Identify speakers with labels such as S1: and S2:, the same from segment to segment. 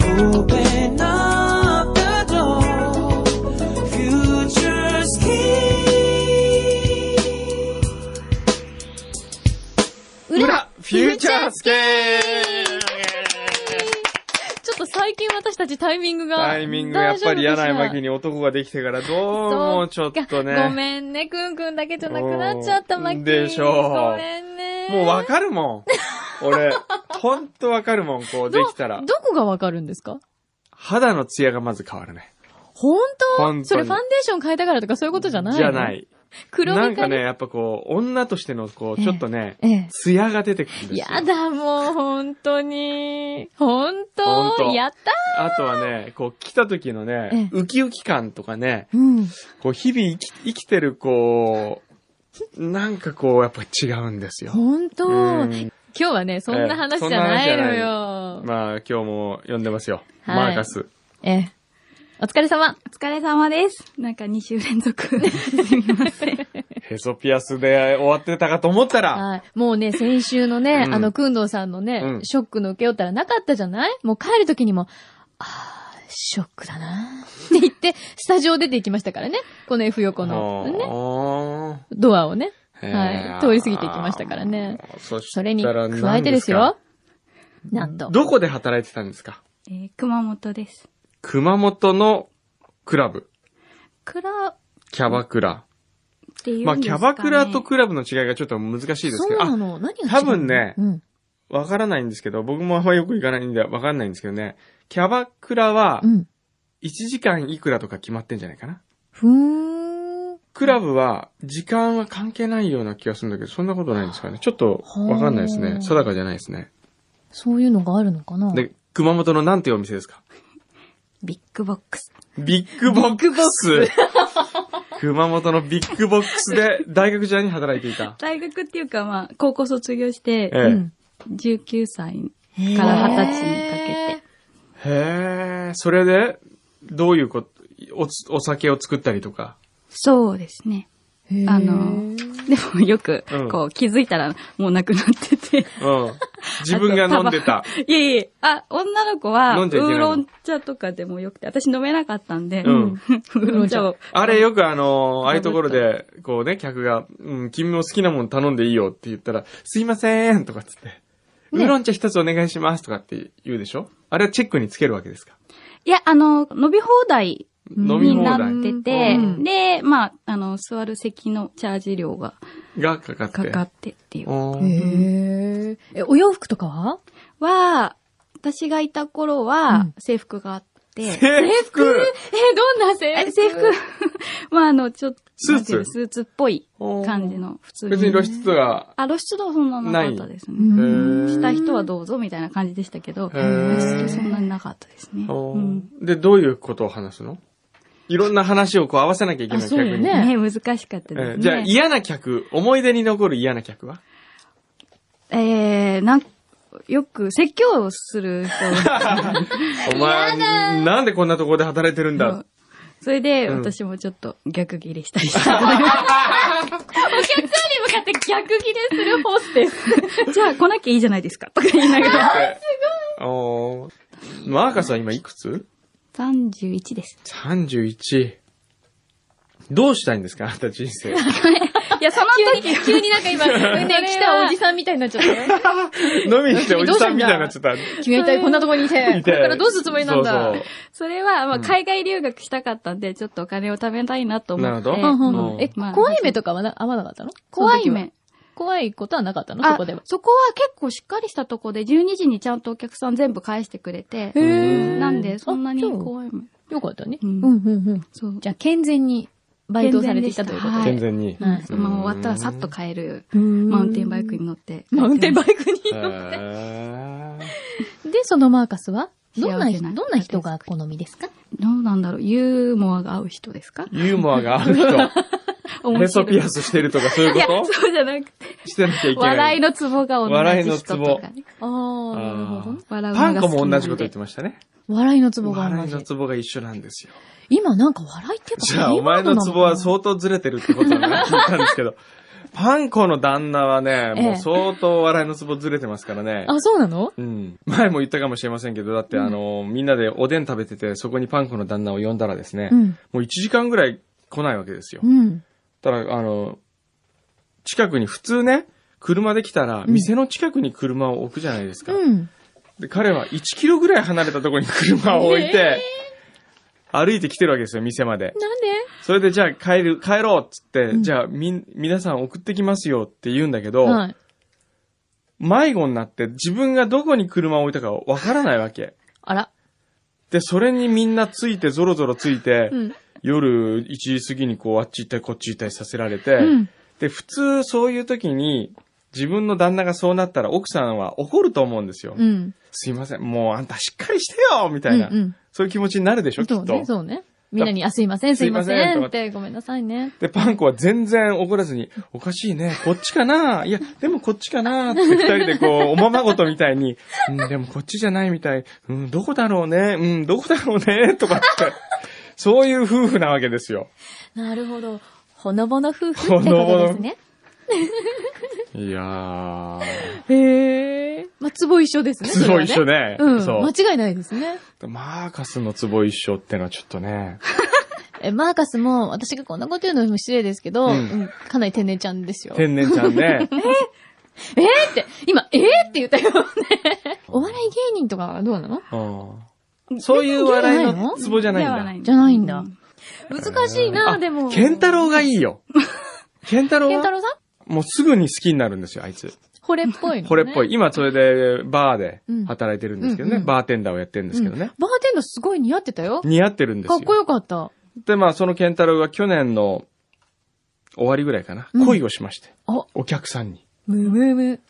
S1: Open up the door. Future's key.
S2: 裏フューチャースケー
S3: ちょっと最近私たちタイミングが。
S2: タイミングやっぱり嫌ない巻
S3: に。
S2: に男ができてからどうもちょっとね。
S3: ごめんね、くんくんだけじゃなくなっちゃった、
S2: うん
S3: マキ。
S2: でしょう
S3: ごめんね。
S2: もうわかるもん。俺、ほんとわかるもん、こうできたら
S3: ど、。どこがわかるんですか
S2: 肌のツヤがまず変わるね。
S3: 本当
S2: 本当に
S3: それファンデーション変えたからとかそういうことじゃないの
S2: じゃな。い。
S3: 黒
S2: な
S3: み
S2: ん
S3: か
S2: かね、
S3: ね。
S2: やっぱこう、女としてのこう、ちょっとね、
S3: ええ。
S2: ツヤが出てくるんですよ。
S3: やだ、もう、本当に。本
S2: 本
S3: 当
S2: 当
S3: やった
S2: あとはね、こう、来た時のね、
S3: え
S2: ウキウキ感とかね、
S3: うん。
S2: こう、日々生き生きてる、こう、なんかこう、やっぱ違うんですよ。
S3: 本当
S2: うん
S3: 今日はね、そんな話じゃないのよ。
S2: まあ、今日も読んでますよ。
S3: はい
S2: マーカス。
S3: ええ。お疲れ様。
S4: お疲れ様です。なんか2週 連続。すみません。
S2: ヘソピアスで終わってたかと思ったら、
S3: はい。もうね、先週のね、
S2: うん
S3: あの、くんどうさんのね、
S2: うん
S3: ショックの受け負ったらなかったじゃないもう帰る時にも、あー、ショックだなー って言って、スタジオ出て行きましたからね。この F 横の、ね、
S2: の、
S3: ドアをね。
S2: ね
S3: はい。通り過ぎていきましたからね。。
S2: そし
S3: それに
S2: たら
S3: 加えてですよ。なん
S2: 何ですか。
S3: と。
S2: どこで働いてたんですか
S4: えー熊本です。
S2: 熊本のクラブ。
S4: クラっ
S2: キャバクラ。
S4: ていうんですか、ね、
S2: まあ、キャバクラとクラブの違いがちょっと難しいです
S3: そ
S2: け
S3: う
S2: ど、
S3: な
S2: あ、
S3: の。何が違うの
S2: 多分ね
S3: うん。
S2: わからないんですけど、僕もあんまよく行かないんでわかんないんですけどね、キャバクラは
S3: うん。
S2: 1時間いくらとか決まってんじゃないかな。
S3: ふーん。
S2: クラブは時間は関係ないような気がするんだけど、そんなことないんですかね。ちょっとわかんないです
S3: は
S2: ね。
S3: あ
S2: 定かじゃないですね。
S3: そういうのがあるのかな
S2: で、熊本のなんていうお店ですか
S4: ビッグボックス。
S2: ビッグボックス。熊本のビッグボックスで大学時代に働いていた。
S4: 大学っていうかまあ、高校卒業して、
S2: え
S3: うん。
S4: 19歳。
S3: へー
S4: から二十歳にかけて。
S2: へえ、それで、どういうこと、おつ、お酒を作ったりとか。
S4: そうですね。
S3: へー
S4: あのでもよく
S2: うん、
S4: こう、気づいたらもうなくなってて。
S2: うん。自分が飲んでた。
S4: あと。タバコいえいえ、あ、女の子は、
S2: 飲
S4: ウ
S2: んじゃいけないの
S4: ーロン茶とかでもよくて、私飲めなかったんで、
S2: う ん
S4: ウーロン茶を。
S2: あれよくあのーああいうところで、こうね、客が、うん、君も好きなもの頼んでいいよって言ったら、すいませんとかっつって、ウーロン茶一つお願いしますとかって言うでしょあれはチェックにつけるわけですか
S4: いや、あの、伸び放題
S2: 飲み
S4: に
S2: 放
S4: な
S2: 題
S4: ってて、
S3: うん
S4: で、まあ、あの、座る席のチャージ料が
S2: がかかって。
S4: かかってっていう。
S2: おー
S3: へえ。 え、お洋服とかは
S4: は、私がいた頃
S3: う
S4: は
S3: ん
S4: 制服があって、
S2: 制服
S3: え、どんな制
S4: え制服 まあ、あの、ちょっと、
S2: スーツ
S4: なんていうのスーツっぽい
S2: おー
S4: 感じの、普通
S2: 別に露出度が、
S4: あ、露出度はそんななかったです
S3: う
S4: ね。
S3: ん
S4: した人はどうぞみたいな感じでしたけど、
S2: へ
S4: 露
S2: ー
S4: 出そんなになかったですね。
S2: おー
S4: うん
S2: で、どういうことを話すのいろんな話をこう合わせなきゃいけな
S3: あ
S2: い
S3: そう
S2: 客
S3: よ
S2: に。
S3: ね
S4: ね、難しかっ
S2: え
S4: たですね
S2: ー。じゃあ嫌な客、思い出に残る嫌な客は
S4: えー、なん、よく説教をする人
S2: お前、なんでこんなところで働いてるんだ
S4: のそれで、
S2: うん
S4: 私もちょっと逆ギレしたり した。
S3: お客さんに向かって逆ギレするホステス。
S4: じゃあ来なきゃいいじゃないですか、とか言いながら。
S2: すごい。おーマーカスは今いくつ
S4: 31です。
S2: ?31。どうしたいんですかあなた人 生。
S4: いや、その時、
S3: 急になん か今、ね、来たおじさんみたいになっちゃった よ。
S2: 飲みに来ておじさんみたいになっちゃった。
S3: 君は一体こんなとこにいて
S2: 見、
S3: こ
S2: て
S3: れからどうするつもりなんだ。
S2: そう
S4: それは、ま
S2: う
S4: あ、
S2: ん
S4: 海外留学したかったんで、ちょっとお金を貯めたいなと思って。
S2: なるほどう
S3: うんうんんうんえ、
S4: まあ
S3: 怖い目とかはな合わなかったの
S4: 怖
S3: そ
S4: い。目。
S3: の時は怖いことはなかったの
S4: あ
S3: そこでは。
S4: そこは結構しっかりしたとこで、12時にちゃんとお客さん全部返してくれて、
S2: ー
S4: なんで、そんなに
S3: あそう
S4: 怖い目。
S3: よかったね。
S4: うん
S3: んうん。
S4: そう。
S3: じゃあ、健全にバイトをされていたということ
S4: 健
S2: 健
S3: で。
S4: 全
S2: 全 に。
S3: はい
S4: そうまあ、終わったらさっと帰る。マ
S3: マ
S4: ウンテンバイクに。乗って。
S3: マウンテン
S4: バイ
S3: バイクに
S2: へ
S3: 乗って。
S2: ー
S3: で、そのマーカスはどんな
S4: 幸せ
S3: 人、
S4: な
S3: どんな人が好みですか
S4: ク。どうなんだろうユーモアが合う人ですか
S2: ユーモアがある 人。
S4: 面
S2: ヘソ
S4: 白
S2: ピ
S4: い
S2: アスしてるとかそういう
S4: いや、
S2: こ
S4: そうじゃなくて。
S2: としてなきゃいけない。
S4: 笑いのツボが同じ人とかね。
S3: ああ、なるほどね。
S4: 笑う
S2: パ
S4: の
S2: ン
S4: が
S2: コ
S4: 好き
S2: も
S4: な
S2: 同
S4: ん
S2: じ
S4: で
S2: こと言ってましたね。
S3: 笑いのツボが同
S2: 笑い
S3: じ
S2: の。ツボが一緒なんですよ。
S3: 今なんか笑いってば
S2: じゃあ、お前のツボは相当ずれてるってことだな、聞いたんですけど。パンコの旦那はね、
S3: ええ
S2: もう相当笑いのツボずれてますからね。
S3: あ、そうなの
S2: うん。前も言ったかもしれませんけど、だってあの、みんなでおでん食べてて、そこにパンコの旦那を呼んだらですね、
S3: うん。
S2: もう1時間ぐらい来ないわけですよ
S3: う。ん。
S2: ただ、あの、近くに普通ね、車で来たら、
S3: ん
S2: 店の近くに車を置くじゃないですか。
S3: うん。
S2: で、彼は1キロぐらい離れたところに車を置いて、歩いてきてるわけですよ、店まで。
S3: なんで
S2: それで、じゃあ帰る、帰ろうっつって、
S3: ん
S2: じゃあみ、皆さん送ってきますよって言うんだけど、
S3: はい。
S2: 迷子になって自分がどこに車を置いたかわからないわけ。
S3: あら。
S2: で、それにみんなついて、ぞろぞろついて、
S3: うん。
S2: 夜1時過ぎにこう、あっち行ったりこっち行ったりさせられて、
S3: うん。
S2: で、普通そういう時に、自分の旦那がそうなったら奥さんは怒ると思うんですよ。
S3: うん。
S2: すいません、もうあんたしっかりしてよみたいな、
S3: うん
S2: そういう気持ちになるでし
S3: う
S2: ょ、
S3: ん。
S2: き
S3: そう
S2: っ
S3: ね、
S2: と。
S3: そうね。みんなに、あ、すいません、すいます
S2: いませ
S3: せ
S2: んと
S3: ん
S2: か
S3: っ
S2: って
S3: て、ごめんなさいね。
S2: で、パンコは全然怒らずに、おかしいね、こっちかないや、でもこっちかなって二人でこう、おままごとみたいに、うん、でもこっちじゃないみたい、うん、どこだろうね、うん、どこだろうね、とかって、そういう夫婦なわけですよ。
S3: なるほど。ほのぼの夫婦ってことですね。
S2: いやー、
S3: へえ。まあ、ツボ一緒ですね。
S2: ツボ一緒ね
S3: それはね
S2: そう
S3: うん。間違いないですね。
S2: マーカスの壺一緒ってのはちょっとね、
S3: え、マーカスも、私がこんなこと言うのも失礼ですけど、
S2: う
S3: うんんかなり天然ちゃんですよ。え
S2: 天然ちゃん ね。
S3: ーって、今、えーって言ったよね。お笑い芸人とかはどうなの
S2: うんそういう笑いのツボじゃないんだ。
S3: じゃないんだ
S4: う。
S3: 難しいな、でも。
S2: ケンタロウがいい よ。ケンタロウ
S3: ケンタ
S2: は
S3: ロウさん
S2: もうすぐに好きになるんですよ、あいつ。
S3: 惚れっぽいの、ね。
S2: これっぽい。今それでバーで
S3: うん
S2: 働いてるんですけど
S3: う
S2: ね。
S3: んうん
S2: バーテンダーをやってるんですけどね。
S3: バーテンダーすごい似合ってたよ。
S2: 似合ってるんです
S3: か
S2: よ。
S3: っこよかった。
S2: で、まあそのケンタロウが去年の終わりぐらいかな。
S3: うん
S2: 恋をしまして。
S3: あ、
S2: お客さんに。
S3: ムムム。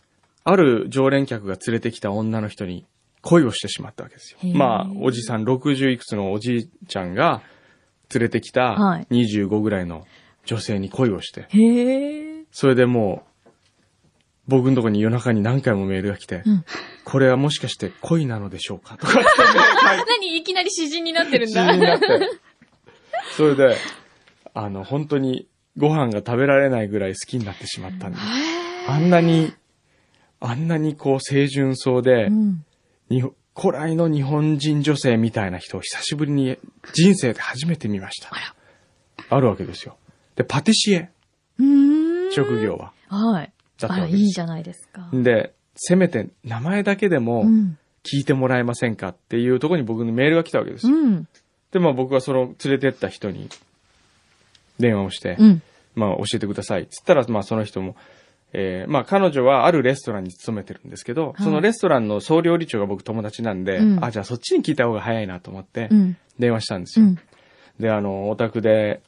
S2: ある常連客が連れてきた女の人に恋をしてしまったわけですよ
S3: へ。ー
S2: まあ、おじさん、60いくつのおじいちゃんが連れてきた
S3: はい
S2: 25ぐらいの女性に恋をして、
S3: へえ。
S2: それでもう、僕のとこに夜中に何回もメールが来て、
S3: うん
S2: これはもしかして恋なのでしょう かとかって
S3: 何いきなり詩人になってるん
S2: 感
S3: だ。
S2: じになって、それで、あの、本当にご飯が食べられないぐらい好きになってしまったんで、あんなに、あんなにこう清純そうで、
S3: うん。
S2: 日本古来の日本人女性みたいな人を久しぶりに人生で初めて見ました。あるわけですよ。で、パティシエ、
S3: うーん。
S2: 職業は。
S3: はい。
S2: だった
S3: あ
S2: わ
S3: ら、
S2: け
S3: い
S2: です
S3: いじゃないですか。
S2: で、せめて名前だけでも
S3: うん。
S2: 聞いてもらえませんかっていうところに僕のメールが来たわけです
S3: う
S2: よ。
S3: ん。
S2: で、まあ僕はその連れてった人に電話をして、
S3: うん。
S2: まあ教えてください。つったら、まあその人も、えーまあ彼女はあるレストランに勤めてるんですけど、
S3: い
S2: そのレストランの総料理長が僕友達なんで、
S3: うん
S2: あ、じゃあそっちに聞いた方が早いなと思って
S3: う、ん。
S2: 電話したんです
S3: う
S2: よ。
S3: ん。
S2: で、あの、オタクで、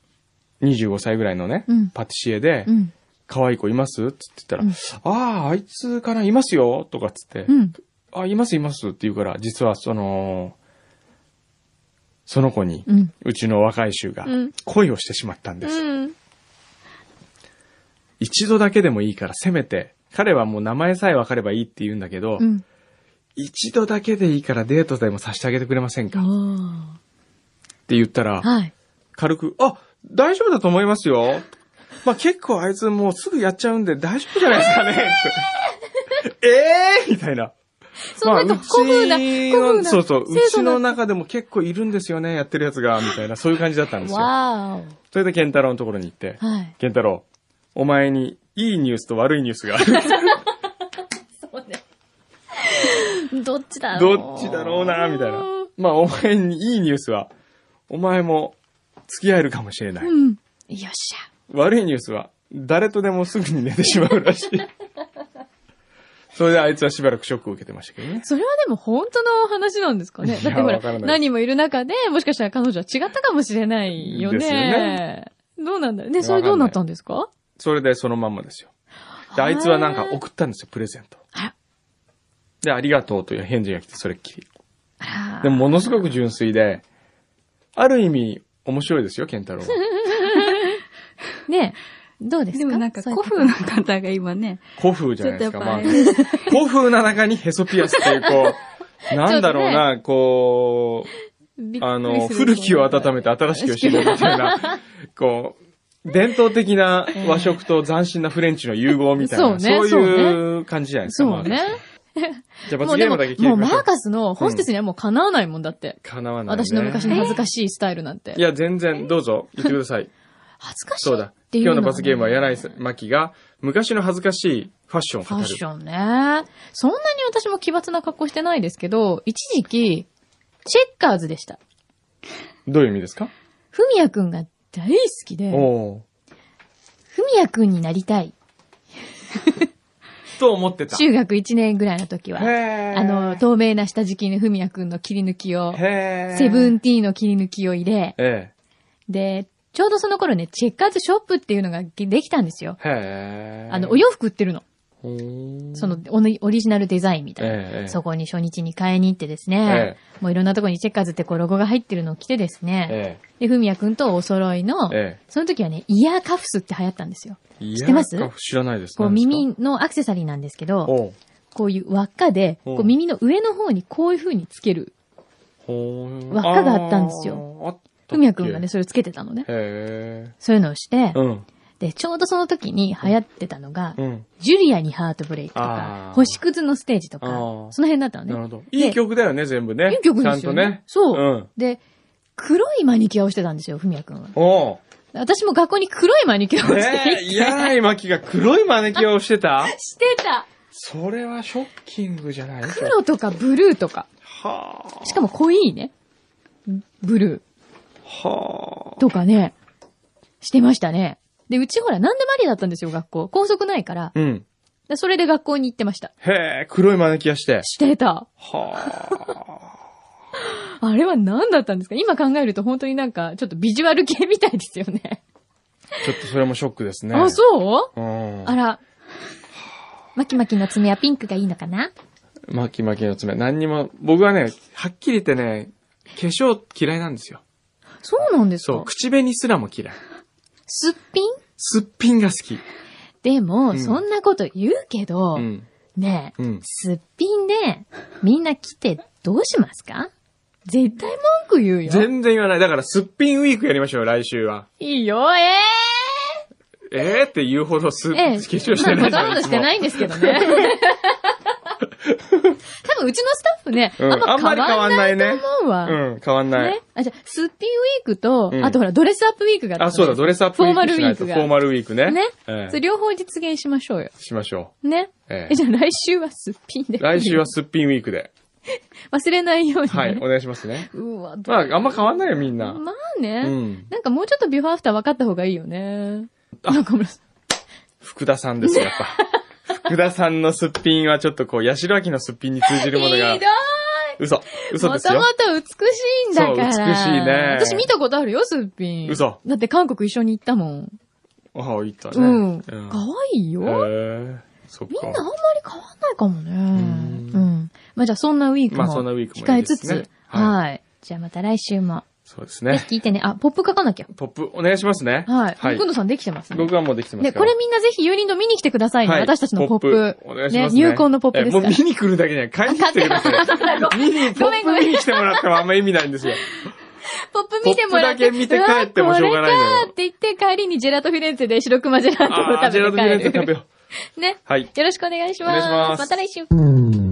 S2: 25歳ぐらいのね、
S3: うん
S2: パティシエで
S3: う、ん。
S2: 可愛い子いますって言ったら、
S3: うん
S2: ああ、あいつかないますよとかっつって、
S3: うん。
S2: あ、いますいますって言うから、実はその、その子に、う
S3: うん。
S2: ちの若い衆が
S3: うん
S2: 恋をしてしまったんです。
S3: うん。
S2: 一度だけでもいいから、せめて、彼はもう名前さえ分かればいいって言うんだけど、
S3: うん。
S2: 一度だけでいいからデートでもさせてあげてくれませんかっ
S3: あ
S2: て言ったら、
S3: あ。はい。
S2: 軽く、あ、大丈夫だと思いますよ。まあ、結構あいつもうすぐやっちゃうんで大丈夫じゃないですか ね。ええーみたいな。
S3: そん
S2: ま
S3: な
S2: あ
S3: と古風な、
S2: うち
S3: 古
S2: の
S3: 風な。
S2: そうそう、う
S3: 清
S2: ち
S3: 楚
S2: の
S3: な。
S2: 中でも結構いるんですよね、やってるやつが、みたいな、そういう感じだったんですよ。
S3: わ
S2: それでケンタロウのところに行って
S3: ー、お。はい。
S2: ケンタロウ、お前にいいニュースと悪いニュースがある。
S3: そうね。どっちだろう。
S2: どっちだろうな、みたいな。まあ、お前にいいニュースは、お前も付き合えるかもしれない。
S3: うん。よっしゃ。
S2: 悪いニュースは、誰とでもすぐに寝てしまうらしい。それであいつはしばらくショックを受けてましたけどね。
S3: それはでも本当の話なんですかね。
S2: いや
S3: だってほ
S2: わから
S3: ら、
S2: ない
S3: 何もいる中で、もしかしたら彼女は違ったかもしれないよね。
S2: ですよね
S3: どうなんだろうね。それどうなったんですか
S2: それでそのまんまですよ。で、あいつはなんか送ったんですよ、プレゼント
S3: あら。
S2: で、ありがとうという返事が来て、それっきり。
S3: あ
S2: でも、ものすごく純粋で、ある意味、面白いですよ、ケン タロウは。
S3: らねえどうですか
S4: でもなんか
S3: そうい
S4: 古
S3: うとこ
S4: 風な方が今ね、
S2: 古風じゃ
S4: ち
S2: な
S4: ょ
S2: い
S4: っと
S2: で
S4: や
S2: すか、
S4: っぱ
S2: ま
S4: あ
S2: あ
S4: れ。ですね、
S2: 古風な中にヘソピアスって いう、こう、なんだろうな、こう、
S3: びっくりする
S2: あの、古きを温めて新しきを知るみたいな、こう、伝統的な和食と斬新なフレンチの融合みたいな、
S3: そうね
S2: そういう感じじゃないですか。
S3: そうね
S2: マーカ。スじゃあ
S3: も
S2: 罰
S3: う
S2: ゲ
S3: で
S2: ー
S3: も、
S2: ム
S3: も
S2: だけ聞いてみ
S3: うマ
S2: ましょ
S3: ー
S2: う。
S3: カスのホステスにはもうかなわないもんだって。
S2: かなわない、ね。
S3: 私の昔の恥ずかしいスタイルなんて。
S2: いや、全然、どうぞ、言ってください。
S3: 恥ずかしい
S2: そうだ
S3: っ。ていう
S2: 今日の
S3: がね
S2: 罰ゲームは柳井真紀が昔の恥ずかしいファッションを
S3: フ
S2: 語る。
S3: ァッションね。そんなに私も奇抜な格好してないですけど、一時期、チェッカーズでした。
S2: どういう意味ですか、
S3: ふみやくんが大好きで、
S2: おー
S3: ふみやくんになりたい。
S2: と思ってた。
S3: 中学1年ぐらいの時は、
S2: へー
S3: あの、透明な下敷きにふみやくんの切り抜きを、
S2: へー
S3: セブン。ティーの切り抜きを入れ、
S2: え
S3: で、ちょうどその頃ね、チェッカーズショップっていうのができたんですよ。
S2: え。へー
S3: あの、お、洋服売ってるの。
S2: ほー
S3: その、オリオリジナルデザインみたいな。
S2: ええ
S3: そこに初日に買いに行ってです
S2: え
S3: ね、もういろんなとこにチェッカーズってこうロゴが入ってるのを着てですね、
S2: え
S3: で、ふみやくんとお揃いの
S2: え。、え
S3: その時はね、イヤーカフスって流行ったんですよ。
S2: え。い
S3: 知ってます
S2: や知らないです。
S3: こう
S2: 何ですか
S3: 耳のアクセサリーなんですけど、
S2: おう
S3: こういう輪っかで、
S2: うん
S3: こう耳の上の方にこういう風につける。
S2: ほー
S3: 輪っかがあったんですよ。
S2: あーあったっけ
S3: ふみやくんがね、。それをつけてたのね。
S2: へ
S3: そういうのをして
S2: え。、うん。
S3: で、ちょうどその時に流行ってたのが
S2: う、ん。
S3: ジュリアにハートブレイクと
S2: あ
S3: か
S2: ー、
S3: 星屑のステージとか
S2: あー、
S3: その辺だったの
S2: なる
S3: ね
S2: ほ。ど。いい曲だよね、全部ね。
S3: いい曲です
S2: ちゃ
S3: よ
S2: んと
S3: ね
S2: ね。
S3: そう
S2: うん。
S3: で、黒いマニキュアをしてたんですよ、ふみやくんは。
S2: おう。
S3: 私も学校に黒いマニキュアをして
S2: ねえ、
S3: いて、
S2: 柳井真紀が黒いマネキュアをしてた
S3: してた
S2: それはショッキングじゃないですか。
S3: 黒とかブルーとか。
S2: はあ。
S3: しかも濃いね。ブル
S2: は
S3: ーとかね、してましたね。で、うちほら何でもありだったんですよ、学校。校則ないから
S2: あ。。うん。
S3: でそれで学校に行ってました。
S2: へえ、黒いマネキュアして。
S3: してた。
S2: はあ。
S3: あれは何だったんですか今考えると本当になんか、ちょっとビジュアル系みたいですよね。
S2: ちょっとそれもショックですね。
S3: あ、そう
S2: ううん。
S3: あら。マキマキの爪はピンクがいいのかな
S2: マキマキの爪。何にも、僕はね、はっきり言ってね、化粧嫌いなんですよ。
S3: そうなんです
S2: そう、
S3: か
S2: 口紅すらも嫌い。
S3: すっぴん
S2: すっぴんが好き。
S3: でも、
S2: うん
S3: そんなこと言うけど、
S2: うん。
S3: ねえ、
S2: うん
S3: すっぴんで、みんな来てどうしますか絶対文句言うよ。
S2: 全然言わない。だから、すっぴんウィークやりましょう、来週は。
S3: いいよ、え
S2: えーって言うほどす、
S3: えええ
S2: 化粧してない
S3: まあ、ほ
S2: じゃ
S3: とん
S2: ん
S3: どしてないんですけど ね。多分、うちのスタッフね、
S2: うん
S3: あん
S2: あんま
S3: ま変わんない
S2: り変わんないね
S3: と思うわ。
S2: うん、変わんない
S3: ね。。あ、じゃあすっぴんウィークと、
S2: うん
S3: あとほら、ドレスアップウィークがった
S2: あ、そうだ、ドレスアップ
S3: フォーマルウィー
S2: し
S3: ク
S2: ないと
S3: が。
S2: フォーマルウィークね。
S3: ね。
S2: え
S3: そ
S2: え
S3: れ両方実現しましょうよ。
S2: しましょ
S3: ね。
S2: う。ええ
S3: え、じゃあ来週はすっぴんで。
S2: 来週はすっぴんウィークで。
S3: 忘れないように、ね。
S2: はい、お願いしますね。
S3: うわ、ど
S2: まあ、あんま変わんないよ、みんな。
S3: まあね、
S2: うん
S3: なんかもうちょっとビフォーアフター分かった方がいいよね。中村さん。
S2: 福田さんですよ、やっぱ。 福田さんのすっぴんはちょっとこう、八代明のすっぴんに通じるものが
S3: ひどい。
S2: 嘘。嘘
S3: も
S2: です
S3: とも
S2: よ。
S3: と美しいんだから。
S2: そう美しいね
S3: 私見たことあるよ、すっぴん。
S2: 嘘
S3: だって韓国一緒に行ったもん。
S2: ああ、いったね。
S3: うん。
S2: う
S3: 可、
S2: ん
S3: 愛、いよ、
S2: へえそっ
S3: みんなあんま
S2: か。
S3: り変わんないかもね。うんん。まあじゃあそんなウィークも。
S2: まあそんなウィークも
S3: 控
S2: い
S3: え
S2: いで
S3: つ
S2: す
S3: つ。
S2: ねは
S3: はい。じゃあまた来週も。
S2: そうですね。
S3: 聞いてね。あ、ポップ書かなきゃ。
S2: ポップ、お願いしますね。
S3: は
S2: は
S3: い。はいい。くんどさんできてますね。
S2: 僕はもうできてます
S3: で、
S2: から
S3: これみんなぜひ、ユーリンド見に来てくださいね。
S2: はい
S3: 私たちのポップ。
S2: お願いしますね。
S3: 入婚のポップです
S2: え
S3: か
S2: もう
S3: ら。
S2: 見に来るだけじゃない。買いに来てください。見に、ポ
S3: ごめ
S2: ッ
S3: んご
S2: プ
S3: めん
S2: 見に来てもらってもあんま意味ないん ですよ。
S3: ポップ見てもらっ
S2: ポップだ
S3: て。
S2: け見て帰ってもしょうがないのよ
S3: うわこれかって言って帰りにジェラートフィレンツェで白熊ジェラートを
S2: あー、
S3: 食
S2: ジェラートフィレ
S3: べ
S2: ン
S3: て
S2: ツ
S3: 帰
S2: ェ食べ
S3: る。
S2: よう。
S3: ね。
S2: はい。
S3: よろしくお願いしま
S2: お
S3: す。
S2: 願いします
S3: また来週。